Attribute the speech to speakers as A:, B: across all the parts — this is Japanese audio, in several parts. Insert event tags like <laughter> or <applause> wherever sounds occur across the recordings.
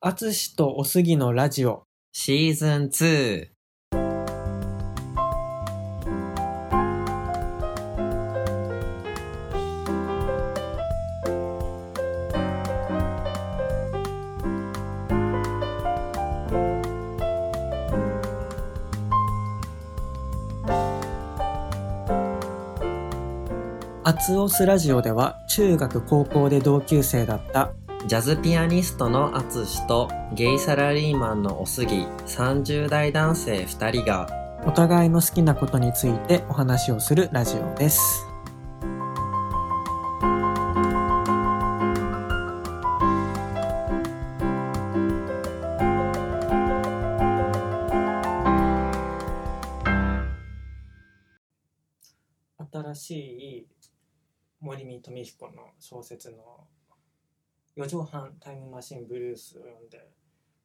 A: あつしとおすぎのラジオ。
B: シーズン2。
A: あつおすラジオでは、中学高校で同級生だった、
B: ジャズピアニストのアツシとゲイサラリーマンのおすぎ30代男性2人が
A: お互いの好きなことについてお話をするラジオです。新しい森見富彦の小説の「四畳半タイムマシンブルース」を読んで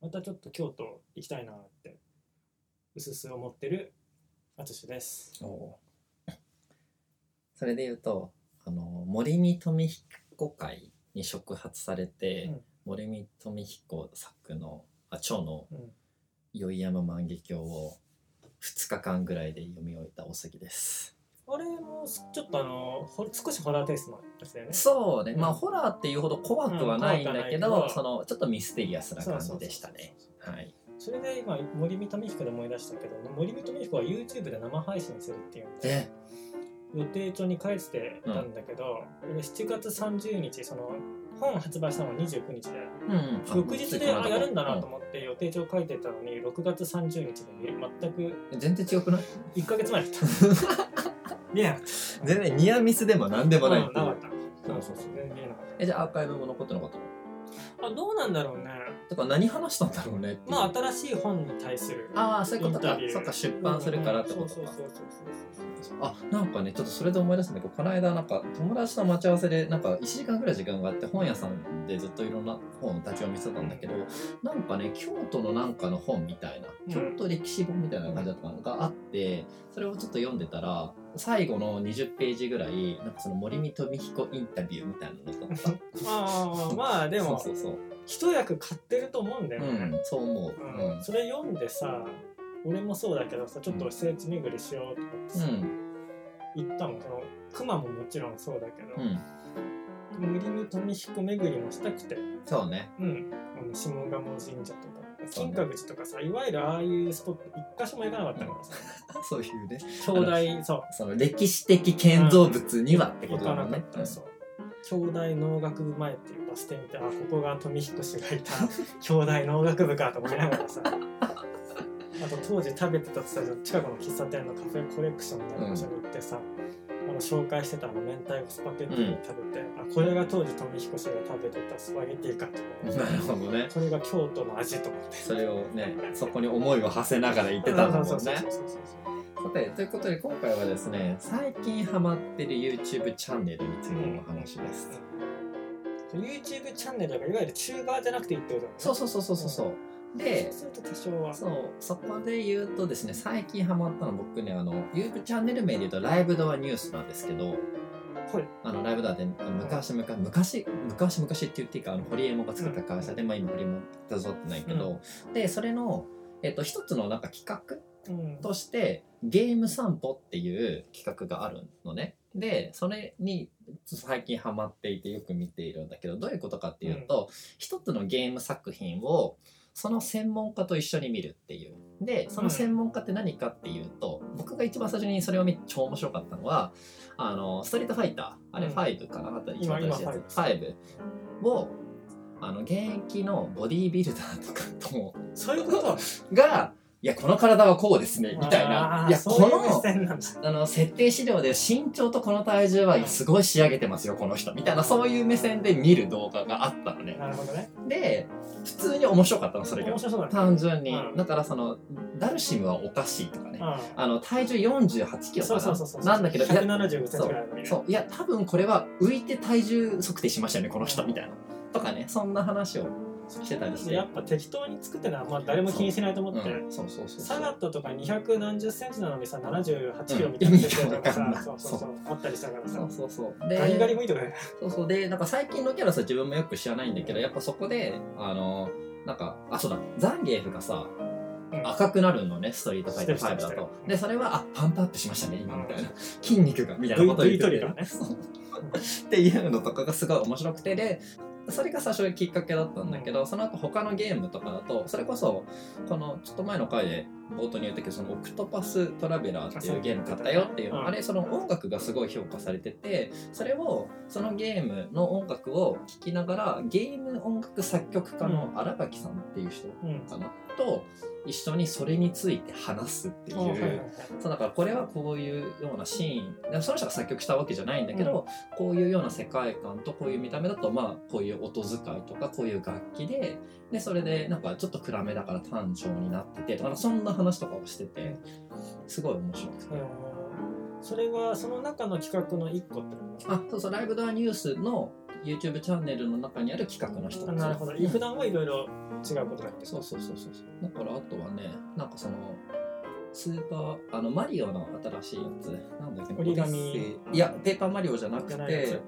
A: またちょっと京都行きたいなってうすうす思ってる淳です。
B: それで言うとあの森見富彦会に触発されて、
A: うん
B: 森見富彦作のあ蝶の
A: うん
B: 「宵山万華鏡」を2日間ぐらいで読み終えたおすぎです。
A: あれもちょっとあのほ少しホラーテイストのやつだよね。
B: そうね、ま
A: う
B: あ
A: ん
B: ホラーっていうほど怖くはないんだけ
A: うん怖くはない
B: ど、
A: けど
B: そのちょっとミステリアスな
A: そう
B: 感
A: そうそう
B: じでしたね。はい。
A: それで今森見富彦で思い出したけど森見富彦は YouTube で生配信するっていうんで
B: で、
A: 予定帳に書いてたんだけど、俺7月30日その本発売したのは29日で
B: うん、
A: 翌日であやるんだなと
B: う
A: 思って予定帳書いてたのに6月30日でね全く
B: 全然違
A: <laughs>
B: くない
A: 1ヶ月前だった。 <laughs> 見えなかった。
B: 全然ニアミスでも何でもない
A: うんなかった。
B: そうそうそ
A: 全
B: う
A: 然見えなかっ
B: えじゃあアーカイブも残ってなかったの
A: た。あどうなんだろうね。
B: だから何話したんだろうねっていう
A: まあ新しい本に対する。
B: ああそういうこと
A: イン
B: か
A: タビュー
B: そっか出版するからってこと
A: そう
B: か
A: そうそうそうそうそう
B: あなんかねちょっとそれで思い出したんだけどこの間なんか友達と待ち合わせでなんか1時間ぐらい時間があって本屋さんでずっといろんな本を立ち読みしてたんだけどなんかね京都のなんかの本みたいな
A: うん
B: 京都歴史本みたいな感じだったのがあってそれをちょっと読んでたら最後の20ページぐらいなんかその森見富彦インタビューみたいなのがあった
A: ああまあ <laughs> でも
B: そうそうそう
A: 一役買ってると思うんだよ
B: うん
A: ね、
B: そう思う
A: うん
B: うん
A: それ読んでさ俺もそうだけどさちょっと聖地巡りしようとかってさ、
B: うん
A: 行ったもんその熊ももちろんそうだけど、
B: うん
A: 森に富彦巡りもしたくて、
B: そうね <laughs>
A: うん、あの下鴨神社とか
B: そ
A: 金
B: うね
A: 閣寺とかさいわゆるああいうスポット一箇所も行かなかったから
B: <laughs>
A: さ、
B: そういうね
A: 兄弟そう
B: その歴史的建造物にはってこ
A: 行
B: とだ
A: かな
B: も
A: んか
B: ね
A: っ。た、そう兄弟農学部前っていうバス停見てあここが富彦氏がいた兄弟農学部かと思いながら
B: <laughs>
A: さあと当時食べてたってさ近くの喫茶店のカフェコレクションみたいな場所に行ってさ、あの紹介してたあの明太子スパゲッティを食べて、あこれが当時富彦氏が食べてたスパゲッティかと思っ
B: うん <laughs>
A: て
B: なるほどね。
A: これが京都の味と思って
B: それをね、そこに思いを馳せながら言ってたんだもんね。
A: そ
B: さ
A: うそうそうそう
B: て、ということで今回はですね、最近ハマってる YouTube チャンネルについてのお話です。
A: YouTube チャンネルだからいわゆるチューバーじゃなくていいってことだもんね
B: そうそうそうそうそうそう。で
A: そう、すると多少は
B: そう、そこで言うとですね、最近ハマったの僕ね、あの、YouTube チャンネル名で言うとライブドアニュースなんですけど、
A: はい
B: あのライブだって昔昔昔昔昔って言っていいかあの堀江門が作った会社で、まあ、今堀江門携わってないけど、でそれの、えっと、一つのなんか企画
A: うん
B: としてゲーム散歩っていう企画があるのねでそれに最近ハマっていてよく見ているんだけどどういうことかっていうと、一つのゲーム作品をその専門家と一緒に見るっていうでその専門家って何かっていうと、僕が一番最初にそれを見て超面白かったのはあのストリートファイターあれ
A: うん
B: 5かな、あと一
A: 今
B: 番新しいや
A: 今
B: つ5をあの現役のボディービルダーとかとも
A: そういうこと
B: が、いや、この体はこうですね、みたい
A: あ
B: な。
A: ー
B: いや、
A: そう
B: こ
A: いう目
B: の、
A: 線なんだ
B: あの、設定資料で身長とこの体重はすごい仕上げてますよ、この人。みたいな、そういう目線で見る動画があったのね。
A: なるほどね。
B: で、普通に面白かったの、それが
A: 面。白そうだね。
B: 単純に
A: うん。
B: だから、その、ダルシムはおかしいとかね。
A: う
B: あの、体重48キ
A: ん。
B: ロか
A: そうそう
B: な
A: そうそう。
B: なんだけど、いや、
A: 175センチぐらいあるのにね
B: そういや多分これは浮いて体重測定しましたよねこの人みたいなとかねそんな話を、してたりして
A: やっぱ適当に作ってるのはまあ誰も気にしないと
B: う
A: 思って。
B: ん、そうそうそうそう
A: サガットとか2何十センチなのにさ78キロみた
B: うん
A: い
B: 意
A: な
B: 味がわかんない
A: さ、そうそうそうあったりしたから
B: そ
A: さ
B: う、そうそう
A: ガリガ
B: で
A: リ向いてくれ。
B: そうそうでなんか最近のキャラさ自分もよく知らないんだけどやっぱそこであのなんかそうだザンゲーフがさ
A: うん
B: 赤くなるのねストリートファイター5
A: して
B: だ
A: るしてる
B: とでそれはあパンプアップしましたね今みたいな筋肉がみたいなことを
A: V-
B: 言って
A: V トリ
B: て
A: ガーね
B: そうっていうのとかがすごい面白くてでそれが最初のきっかけだったんだけど、その後他のゲームとかだとそれこそこのちょっと前の回で冒頭に言ったけどそのオクトパストラベラーっていうゲーム買ったよっていう
A: うん
B: あれその音楽がすごい評価されててそれをそのゲームの音楽を聴きながらゲーム音楽作曲家の新垣さんっていう人
A: うん
B: かなと一緒にそれについて話すってい。
A: あはいはいはいう
B: そうだからこれはこういうようなシーンでもその人が作曲したわけじゃないんだけど、こういうような世界観とこういう見た目だとまあこういう音遣いとかこういう楽器ででそれでなんかちょっと暗めだから単調になっててとかなんかそんな話とかをしててすごい面白くて。
A: うんそれはその中の企画の一個ってこと
B: あそうそうライブドアニュースの YouTube チャンネルの中にある企画の人
A: あなるほど
B: うん
A: 普段はいろいろ違うことだけど
B: そうそうそうそうそうだからあとはねなんかそのスーパーあのマリオの新しいやつなんだっけ
A: 折り紙
B: オデッセイいやペーパーマリオじゃなく
A: じゃないや
B: て
A: つ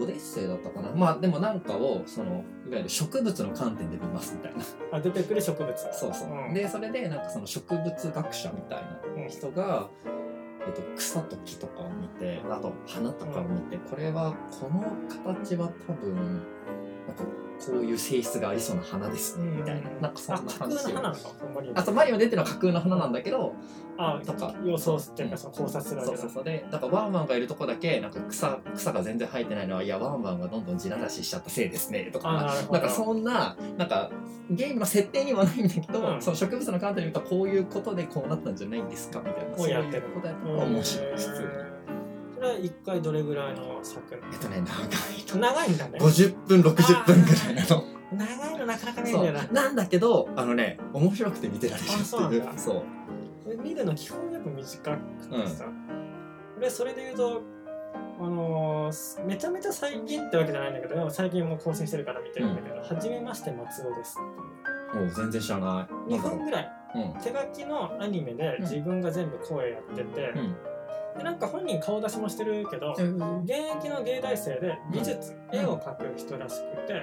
B: オデッセイだったかなまあでもなんかをそのいわゆる植物の観点で見ますみたいな <laughs>
A: あ出てくる植物
B: そうそう、
A: うん
B: でそれでなんかその植物学者みたいな
A: うん
B: 人が、えっと、草と木とかを見てあと花とかを見て、これはこの形は多分なんかこういう性質がありそうな花ですね、みたいななんかそ
A: あ
B: んな
A: 架空の
B: 話
A: 花な
B: を
A: のかほんまに
B: あとマリオ出てるのは架空の花なんだけど、
A: あ
B: とか
A: 予想っていうかその考察するわ
B: そ
A: け
B: う
A: だ
B: そうそうでだからワンワンがいるとこだけなんか草草が全然生えてないのはいやワンワンがどんどん地ならししちゃったせいですねと
A: あ
B: か
A: なるほ
B: な
A: ど
B: んかそんななんかゲームの設定にはないんだけど、
A: うん
B: その植物の観点で見たらこういうことでこうなったんじゃないんですかみたいな
A: をやってる
B: そういうことやった
A: う
B: ら
A: ん
B: 面白い普通に
A: それは一回どれぐらいの作
B: えっとね長いの
A: 長いんだね
B: 50分60分ぐらいなの
A: 長いのなかなかねえん
B: そ
A: だよ
B: う
A: な
B: なんだけどあのね面白くて見てられるって
A: あそうないん
B: う
A: だ
B: そう
A: 俺見るの基本やっぱ短くてさ、俺それで言うとあのーめちゃめちゃ最近ってわけじゃないんだけどでも最近もう更新してるから見てるんだけど「はじめまして松尾です
B: もう全然知らない」
A: 2
B: なんだろ
A: 分ぐらいう
B: うん
A: 手書きのアニメで
B: うん
A: 自分が全部声やってて、
B: うん
A: でなんか本人顔出しもしてるけど、現役の芸大生で美術、
B: うん
A: 絵を描く人らしくてで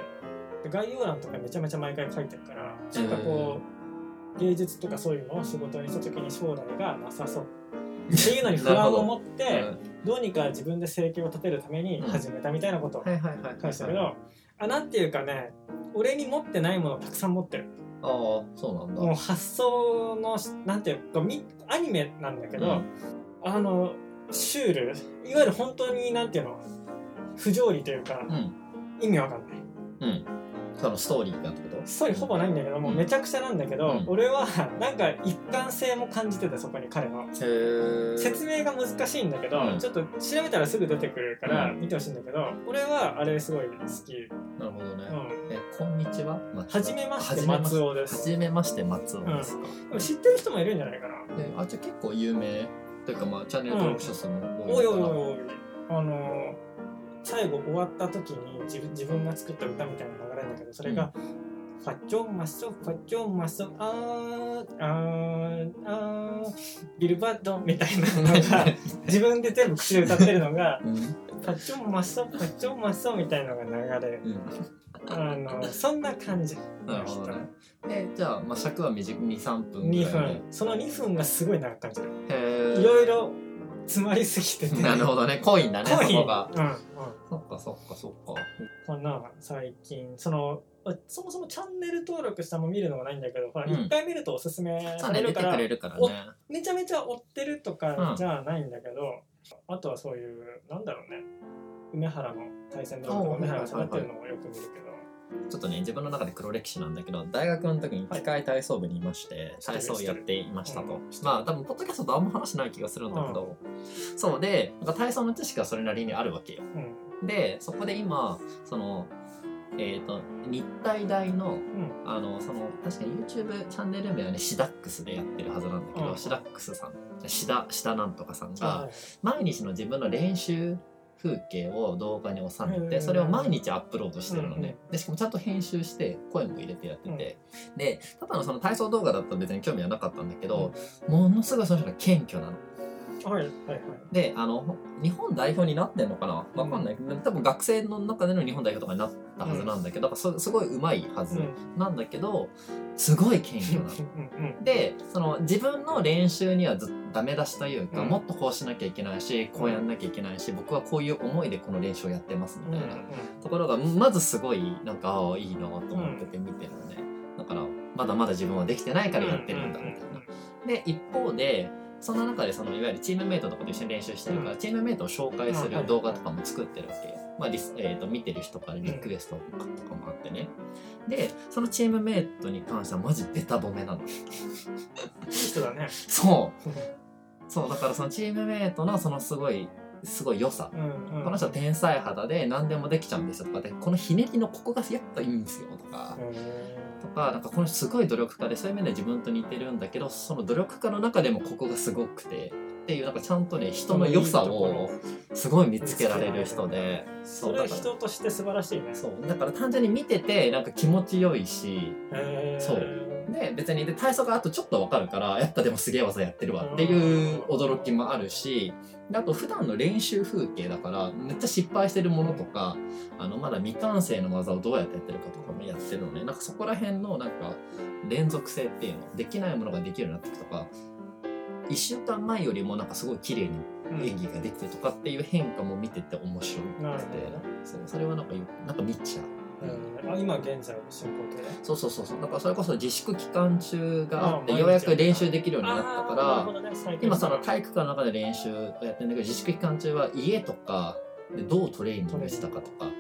A: 概要欄とかめちゃめちゃ毎回書いてるからなんかこう芸術とかそういうのを仕事にした時に将来がなさそうっていうのに不安を持っ <laughs>
B: う
A: て
B: ん
A: どうにか自分で生計を立てるために始めたみたいなことを
B: はいはいはいはい
A: 書いてたけどあなんていうかね俺に持ってないものをたくさん持ってる
B: ああそうなんだ
A: もう発想のなんていうかみアニメなんだけど、
B: うん
A: あのシュールいわゆる本当になんていうの不条理というか
B: うん
A: 意味わかんない
B: うんそのストーリーがってこと
A: ストーリーほぼないんだけどもうめちゃくちゃなんだけど、
B: うん
A: 俺はなんか一貫性も感じてたそこに彼の
B: へえ
A: 説明が難しいんだけど、
B: うん
A: ちょっと調べたらすぐ出てくるから
B: う
A: 見てほしいんだけど俺はあれすごい好き、
B: なるほどね、
A: うん、
B: えこんにちは松尾
A: はじめまして松尾で
B: は
A: す
B: じめまして松尾ですか、
A: でも知ってる人もいるんじゃないかな
B: えあじゃあ結構有名というかまあチャンネル登録者数も多
A: おいおい
B: いのかな、
A: おいおいあの最後終わった時に自分自分が作った歌みたいなのが流れるんだけどそれが、ファッチョンマッソファッチョンマッソあーあーあービルバッドみたいなのが
B: <laughs>
A: 自分で全部口で歌ってるのが
B: うん
A: ファッチョンマッソファッチョンマッソみたいなのが流れる
B: うん
A: あのそんな感じ
B: なるほどねえじゃあ、まあ、尺は短い23分ぐら
A: 2
B: い
A: 分その2分がすごい長く感じる
B: でへえ
A: いろいろ詰まりすぎてて
B: <laughs> なるほどねコインだね
A: 濃い
B: そこが
A: うんうん
B: そっかそっかそっか
A: こんな最近そのあそもそもチャンネル登録したの見るのがないんだけどほら
B: うん
A: 一回見るとおすすめ
B: そう
A: さ
B: ね
A: れ
B: 出
A: る
B: て
A: か
B: く
A: ら、
B: れるから
A: お
B: ね
A: めちゃめちゃ追ってるとか
B: うん
A: じゃないんだけど、あとはそういうなんだろうね梅原の対戦ドラマとか
B: おう
A: 梅原が喋ってるのもよく見るけど、
B: ちょっとね自分の中で黒歴史なんだけど大学の時に機械体操部にいまして、
A: 知ってる
B: 体操をやっていましたと、
A: う
B: まあ多分ポッドキャストとあんま話してない気がするんだけど、そうでなんか体操の知識はそれなりにあるわけよ
A: うん
B: でそこで今そのえっ、と日体大の
A: うん
B: あのその確か YouTube チャンネル名はねシダックスでやってるはずなんだけど、
A: うん
B: シダックスさんシダシダなんとかさんが
A: あ
B: 毎日の自分の練習風景を動画に収め
A: へ
B: て
A: ー
B: それを毎日アップロードしてるのね
A: う
B: でしかもちゃんと編集して声も入れてやっててでただのその体操動画だったら別に興味はなかったんだけどものすごいその人が謙虚なの。
A: はいはいはい
B: であの日本代表になってんのかなわかんないけど多分学生の中での日本代表とかになったはずなんだけどだからそすごい上手いはず
A: うん
B: なんだけどすごい謙虚なの
A: うんうん
B: でその自分の練習にはずっとダメ出しというか、
A: うん
B: もっとこうしなきゃいけないしこうやんなきゃいけないし僕はこういう思いでこの練習をやってます
A: うんう
B: みたいな、
A: ん
B: ところがまずすごいなんかああいいなと思ってて見てるのね、だからまだまだ自分はできてないからやってるんだみたいな。で一方でその中でそのいわゆるチームメイトとかと一緒に練習してるから、
A: う
B: チームメイトを紹介す
A: あはい
B: る動画とかも作ってるわけ、まあリスえー、と見てる人からリクエストとかもあってね、でそのチームメイトに関してはマジベタ褒めなの
A: いい人だね
B: そう <laughs> そうだからそのチームメイトのそのすごいすごい良さ、
A: うんうん
B: この人は天才肌で何でもできちゃうんですよとかでこのひねりのここがやっぱいいんですよとか、
A: へ
B: とかなんかこの人すごい努力家でそういう面で自分と似てるんだけどその努力家の中でもここがすごくてっていうなんかちゃんとね
A: ー
B: 人の良さ
A: いいところ
B: をすごい見つけられる人で
A: そ
B: そう
A: れは
B: だから
A: 人として素晴らしいね
B: そうだから単純に見ててなんか気持ち良いし
A: へー
B: そうで別にで体操があとちょっとわかるからやっぱでもすげえ技やってるわっていう驚きもあるしであと普段の練習風景だからめっちゃ失敗してるものとかあのまだ未完成の技をどうやってやってるかとかもやってるのねなんかそこら辺のなんか連続性っていうのできないものができるようになっていくとか1週間前よりもなんかすごい綺麗に
A: うん
B: 演技ができてとかっていう変化も見てて面白い
A: なる
B: く
A: ほ
B: て
A: どね
B: そうそれはなんかよなんか見ちゃう。
A: うんあ今現在進行形
B: そうそうそうそうだからそれこそ自粛期間中があって
A: ああ
B: ようやく練習できるようになった
A: あーなる
B: か
A: ほど
B: ら
A: ね最近
B: 今その体育館の中で練習をやってるんだけど自粛期間中は家とかでどうトレーニングしたかとか
A: なる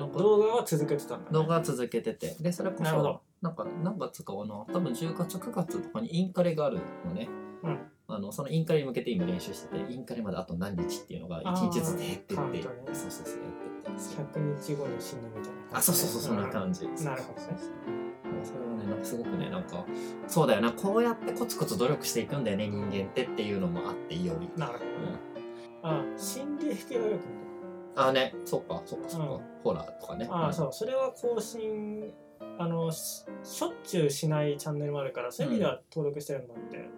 A: ほどあ動画は続けてたんだね
B: 動画は続けててでそれこ
A: なるほど
B: そなんか何月かはな多分10月9月とかにインカレがあるのね、
A: うん
B: あのそのインカレに向けて今練習しててインカレまであと何日っていうのが1日ずつ減って
A: あー
B: って
A: カウントね
B: そうそうそうやってって
A: 100日後に死ぬみたいな感じ
B: あそうそうそうそんな
A: うん
B: 感じ
A: なるほどね
B: もうそれはねなんかすごくねなんかそうだよなこうやってコツコツ努力していくんだよね人間ってっていうのもあってより
A: なるほどねあ心理系はよく見る
B: あねそっかそっかそっか、
A: うん
B: ホラーとかね
A: あ
B: うん
A: あそうそれは更新あのししょっちゅうしないチャンネルもあるからそういう意味では登録してるのもあって、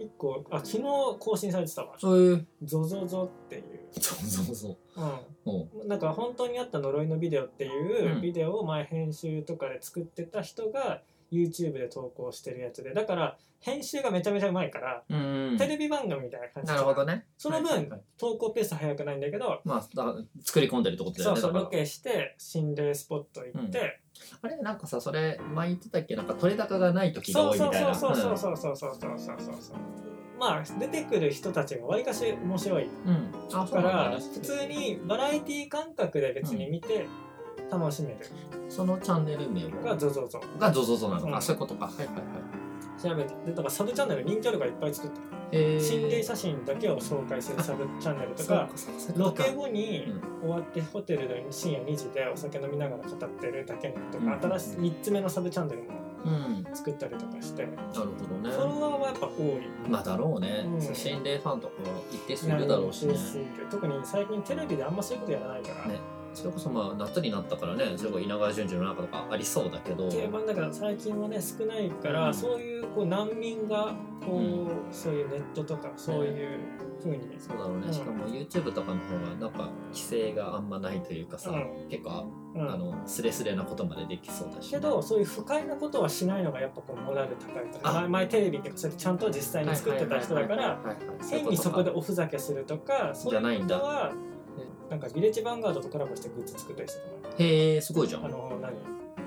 A: 一個あ昨日更新されてたわ
B: そういう
A: 「ゾゾゾ」っていう、
B: そうそうそううん
A: うん、なんか本当にあった呪いのビデオっていううんビデオを前編集とかで作ってた人が YouTube で投稿してるやつでだから編集がめちゃめちゃうまいから、
B: うん
A: テレビ番組みたいな感じ
B: なるほどね
A: その分、
B: はいはいはい
A: 投稿ペース早くないんだけど
B: まあだから作り込んでるってことだ
A: そ
B: よ
A: う
B: ね
A: そう
B: だ
A: ロ
B: から
A: ケして心霊スポット行って、
B: うんあれなんかさそれ前言ってたっけなんか取れ高がない時が多いみたいな
A: そうそうそうそうそうそうそうそうそうそうまあ出てくる人たちがわりかし面白い
B: うん、うんあそ
A: か
B: うなん
A: ら
B: だね
A: 普通にバラエティ感覚で別に見て楽しめる
B: そのチャンネル名
A: が
B: は
A: ゾゾゾ
B: がゾゾゾなのか、
A: うん
B: あそういうことかはいはいはい
A: 調べてでだからサブチャンネル人気あるからいっぱい作ってる
B: えー
A: 心霊写真だけを紹介するサブチャンネルとか
B: そうそういうこ
A: ロ
B: とか
A: ケ後に
B: うん
A: 終わってホテルで深夜2時でお酒飲みながら語ってるだけのと
B: うん
A: か新しい3つ目のサブチャンネルも
B: うん
A: 作ったりとかして
B: なるほどね
A: フォロワーはやっぱ多い
B: まあだろうね、
A: うん
B: 心霊ファンとかは一定数いるだろうしね
A: 特に最近テレビであんまそういうことやらないから、
B: ねそれこそまあ夏になったからねそれこそ稲川淳二の中とかありそうだけど
A: 定番だから最近はね少ないから、
B: うん
A: そういうこう難民がこう、
B: う
A: そういうネットとかそういうふうに、
B: そうだろうね、
A: うん
B: しかも YouTube とかの方がなんか規制があんまないというかさ、
A: う
B: 結構、
A: う
B: あ
A: ん、
B: のスレスレなことまでできそうだし、
A: けどそういう不快なことはしないのがやっぱこうモラル高いとか
B: あ
A: 前前テレビってそうやってちゃんと実際に作ってた人だから
B: はいはいはいはいはい
A: 変にそこで
B: ういう
A: おふざけするとかそう
B: じゃ
A: い
B: な
A: う
B: い
A: こ
B: ん
A: と
B: だ
A: はなんかビレッジヴァンガードとコラボしてグッズ作ったりして
B: とかへえすごいじゃ
A: たのあ
B: ん
A: の何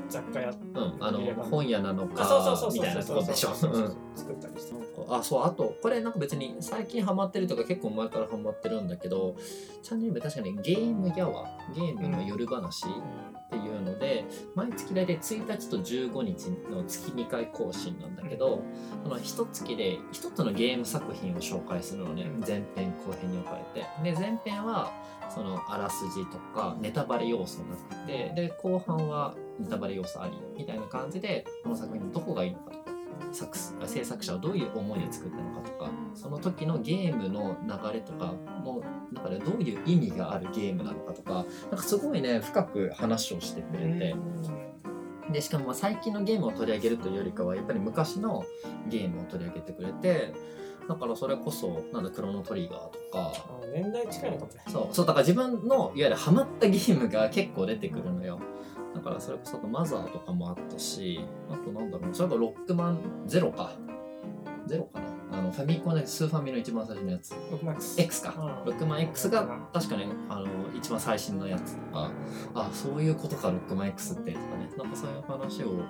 A: 雑貨屋
B: うんあの
A: 入れ歯
B: 本屋なの
A: あそうそう
B: か
A: そう
B: み
A: そう
B: たいなとこでしょ
A: そうそう
B: うん
A: そう作ったりして
B: あそうあとこれなんか別に最近ハマってるとか結構前からハマってるんだけどチャンネル名確かにゲームやわゲームの夜話っていうので、毎月大体1日と15日の月2回更新なんだけど、その1月で1つのゲーム作品を紹介するのね
A: うん
B: 前編後編に分かれてで前編はそのあらすじとかネタバレ要素なくてで後半はネタバレ要素ありみたいな感じでこの作品のどこがいいのかとか作す制作者はどういう思いで作ったのかとかその時のゲームの流れとかの中でどういう意味があるゲームなのかとかなんかすごいね深く話をしてくれて。でしかも最近のゲームを取り上げるというよりかはやっぱり昔のゲームを取り上げてくれてだからそれこそなんだクロノトリガーと
A: あ
B: か
A: 年代近いのかもね
B: そうそうだから自分のいわゆるハマったゲームが結構出てくるのよだからそれこそあとマザーとかもあったしあとなんだろうそれこそロックマンゼロかゼロかなあのファミコンでスーファミの一番最初のやつ
A: 僕マックス
B: X か、ロックマン X が確かねあの一番最新のやつとかあそういうことかロックマン X ってとかねなんかそういう話を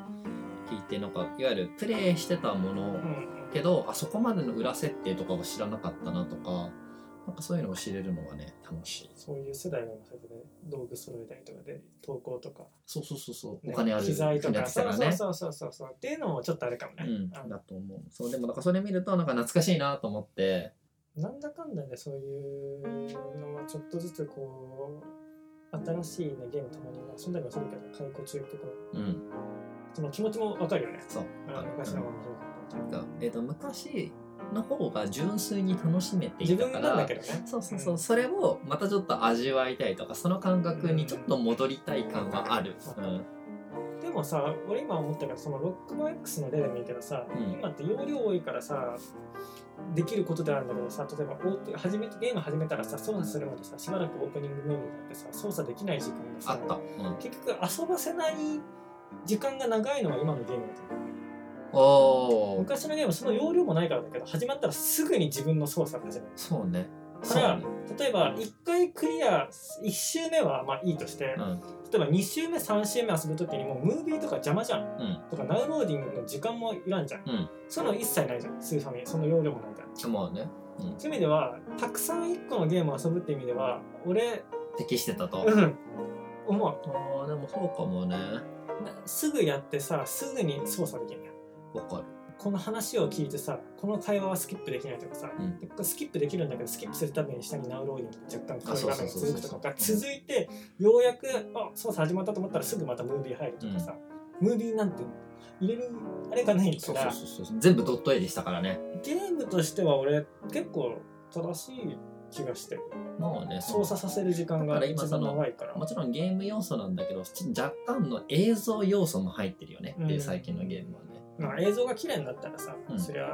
B: 聞いてなんかいわゆるプレイしてたもの
A: うん
B: けどあそこまでの裏設定とかを知らなかったなとかなんかそういうのを知れるのがね楽しい
A: そういう世代のそれで道具揃えたりとかで投稿とか、
B: そうそうそうそう、
A: ね
B: お金ある
A: 機材と
B: 国
A: か
B: だった
A: そう
B: ら
A: そう
B: ね
A: そうそうそうそうっていうのもちょっとあれかもね、あ
B: うん、
A: の
B: だと思うそうでもだからそれ見るとなんか懐かしいなと思って
A: なんだかんだでそういうのはちょっとずつこう新しい、ね、ゲームともに遊んだりもするけど解雇中とか
B: うん
A: その気持ちもわかるよね
B: そう
A: あの昔の方が面白かった
B: がえっと昔の方が純粋に楽しめて
A: 自
B: いた
A: 分
B: か
A: なんだ
B: ら
A: けどね
B: そうそうそう、それをまたちょっと味わいたいとかその感覚にちょっと戻りたい感はある、
A: う
B: うんん
A: うんでもさ俺今思ったからそのロックマン X の例でもいいけどさ、
B: うん
A: 今って容量多いからさできることではあるんだけどさ例えばオープン始めゲーム始めたらさ操作するまでさしばらくオープニングメニューだってさ操作できない時間が
B: あ
A: さ
B: った、うん、
A: 結局遊ばせない時間が長いのが今のゲームだと思う
B: おー
A: 昔のゲームはその容量もないからだけど始まったらすぐに自分の操作が始まる
B: そうね
A: だ
B: そ
A: か
B: う
A: ら
B: ね
A: 例えば1回クリア1周目はまあいいとして、
B: う
A: 例
B: ん
A: えば2周目3周目遊ぶ時にもうムービーとか邪魔じゃん
B: うん
A: とかダウンローディングの時間もいらんじゃん、
B: うん
A: そういうの一切ないじゃんスーファミその容量もないから
B: まあね
A: そういう意味ではたくさん1個のゲームを遊ぶっていう意味では俺
B: 適してたと
A: うん思
B: あーでもそうかもね
A: うなすぐやってさすぐに操作できるんだよ
B: わかる
A: この話を聞いてさこの会話はスキップできないとかさ、
B: うん
A: でスキップできるんだけどスキップするために下にナウローディングが若干こういう
B: あそう
A: 画
B: そ
A: 面が
B: うそう
A: 続くとかが
B: そうそう
A: 続いてようやくあ操作始まったと思ったらすぐまたムービー入るとかさ、ムービーなんて入れるあれがないか
B: そう
A: ら
B: そうそうそう全部ドット絵でしたからね
A: ゲームとしては俺結構正しい気がしてる
B: まあね
A: 操作させる時間が
B: だから今
A: 一番長いから
B: もちろんゲーム要素なんだけどちょっと若干の映像要素も入ってるよねっていう最近のゲームはね
A: まあ、映像が綺麗になったらさ、
B: うん
A: そりゃ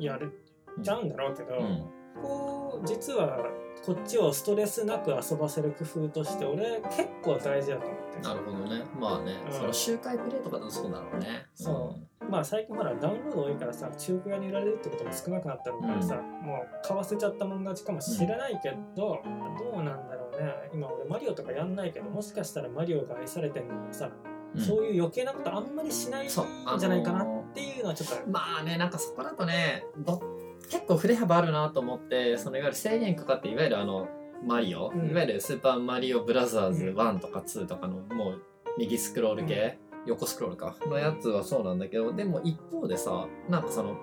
A: やる
B: うん
A: ちゃうんだろうけど、
B: うん
A: こう実はこっちをストレスなく遊ばせる工夫として俺結構大事だと思ってる
B: なるほどねまあね、
A: うん
B: その周回プレイとかだとそうだろうね
A: そまあ最近ほらダウンロード多いからさ中古屋に売られるってことも少なくなったのからさ、もう買わせちゃったもん勝ちかもしれないけど、どうなんだろうね今俺マリオとかやんないけどもしかしたらマリオが愛されてるのもさ、
B: うん
A: そういう余計なことあんまりしないんじ
B: そうあのー
A: ゃないかなっていうのはちょっとある、
B: まあねなんかそこだとねど結構振れ幅あるなと思ってそのいわゆる制限かかっていわゆるあのマリオ、
A: うん
B: いわゆる「スーパーマリオブラザーズ
A: うん
B: 1」とか2とかのもう右スクロール系、横スクロールかのやつはそうなんだけどでも一方でさなんかその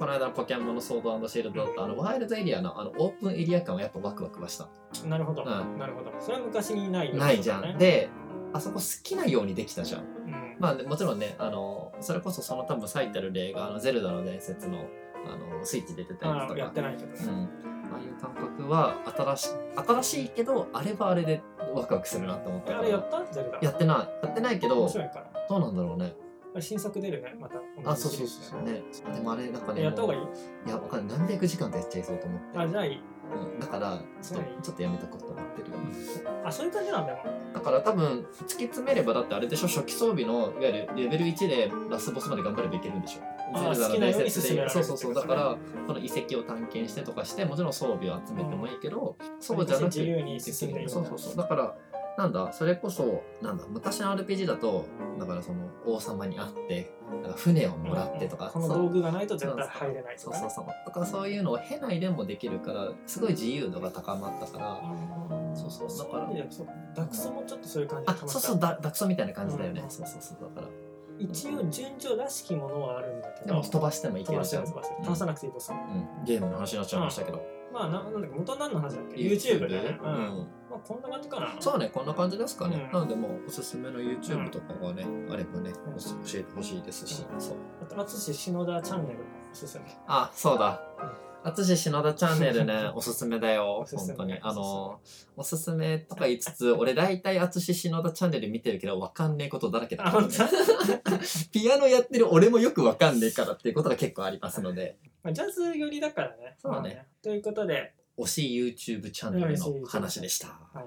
B: この間のポケモンのソードシールドだったあのワイルドエリアのあのオープンエリア感はやっぱワクワクはした
A: なるほど、
B: うん
A: なるほどそれは昔にないよ
B: ないじゃん、
A: ね、
B: であそこ好きなようにできたじゃん
A: うん
B: まあねもちろんねあのそれこそその多分最たる例があのゼルダの伝説のあのスイッチで出てたやつ
A: あ
B: と
A: やっ
B: か
A: てないけどね、
B: うん、ああいう感覚は新し新しいけどあれはあれでワクワクするなと思った
A: あ
B: から
A: れやったゼルダ
B: やってないやってないけど
A: 面
B: ど
A: 白いから
B: うなんだろうね
A: あれ新作出るねまた
B: あそうそうそうそうねでもあれなんかね
A: やった方がいい
B: もういやわかんない何百時間かやっちゃいそうと思って
A: あじゃあいい
B: うん、だからちょっ
A: はい
B: とちょっとやめとこうと思ってる
A: あそういう感じなんだよ
B: だから多分突き詰めればだってあれでしょ初期装備のいわゆるレベル1でラスボスまで頑張ればいけるんでしょ
A: あー
B: ゼルダ
A: 好きなように進められる
B: そうそうそう
A: って
B: だ
A: こと
B: か
A: ね
B: らその遺跡を探検してとかしてもちろん装備を集めてもいいけど、そうじゃなく
A: 自由に進んでいいんだ
B: そうそうそうだからなんだそれこそなんだ昔の RPG だとだからその王様に会ってなんか船をもらってとか、
A: この
B: そう
A: 道具がないと絶対入れないと
B: そ
A: か
B: う
A: ね
B: そうそうとかそういうのを経ないでもできるからすごい自由度が高まったから、そうそうだから
A: そういう意味ではそうダクソもちょっとそういう感じで
B: あ
A: かまった
B: そうそうダダクソみたいな感じだよね、
A: うん
B: そうそうそうだから
A: 一応順序らしきものはあるんだけ
B: で
A: ど
B: も飛ばしてもいけ
A: 飛
B: る
A: ばし
B: じ
A: て
B: ゃん
A: 飛ばして
B: うん
A: 倒さなくていいボス
B: うん、ゲームの話になっちゃいましたけど、
A: まあななんだっけ元何の話だっけ YouTube でね
B: う
A: うん
B: ん
A: まあこんな感じかな
B: そうねこんな感じですかね、
A: うん
B: なのでもうおすすめの
A: うん
B: YouTube とかがね、あればね
A: うん
B: 教えてほしいですし、そう
A: あと淳篠田チャンネルもおすすめ
B: あそうだ淳篠田チャンネルね
A: <laughs>
B: おすすめだよ
A: おすすめ
B: 本当にあ
A: お
B: のおすすめとか言いつつ俺大体淳篠田チャンネル見てるけどわかんねえことだらけだ
A: あ
B: から
A: 本当 <laughs>
B: <laughs> ピアノやってる俺もよくわかんねえからっていうことが結構ありますので
A: まあジャズ寄りだからね
B: そうね
A: まあということで
B: 推し YouTube チャンネルの話でした。
A: はい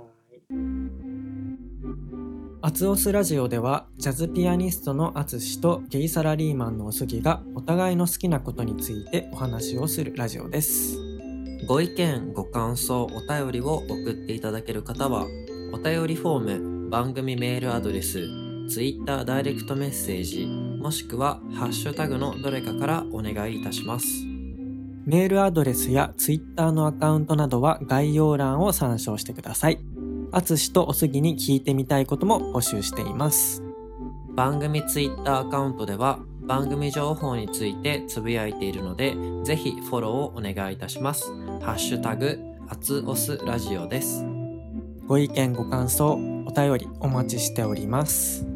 A: アツオスラジオではジャズピアニストのアツシとゲイサラリーマンのおすぎがお互いの好きなことについてお話をするラジオです
B: ご意見、ご感想、お便りを送っていただける方は、お便りフォーム、番組メールアドレス、Twitter ダイレクトメッセージ、もしくは、ハッシュタグのどれかからお願いいたします。
A: メールアドレスやツイッターのアカウントなどは概要欄を参照してくださいアツシとおすぎに聞いてみたいことも募集しています
B: 番組 Twitter アカウントでは、番組情報についてつぶやいているので、ぜひフォローをお願いいたします。ハッシュタグ、アツオスラジオです。
A: ご意見ご感想お便りお待ちしております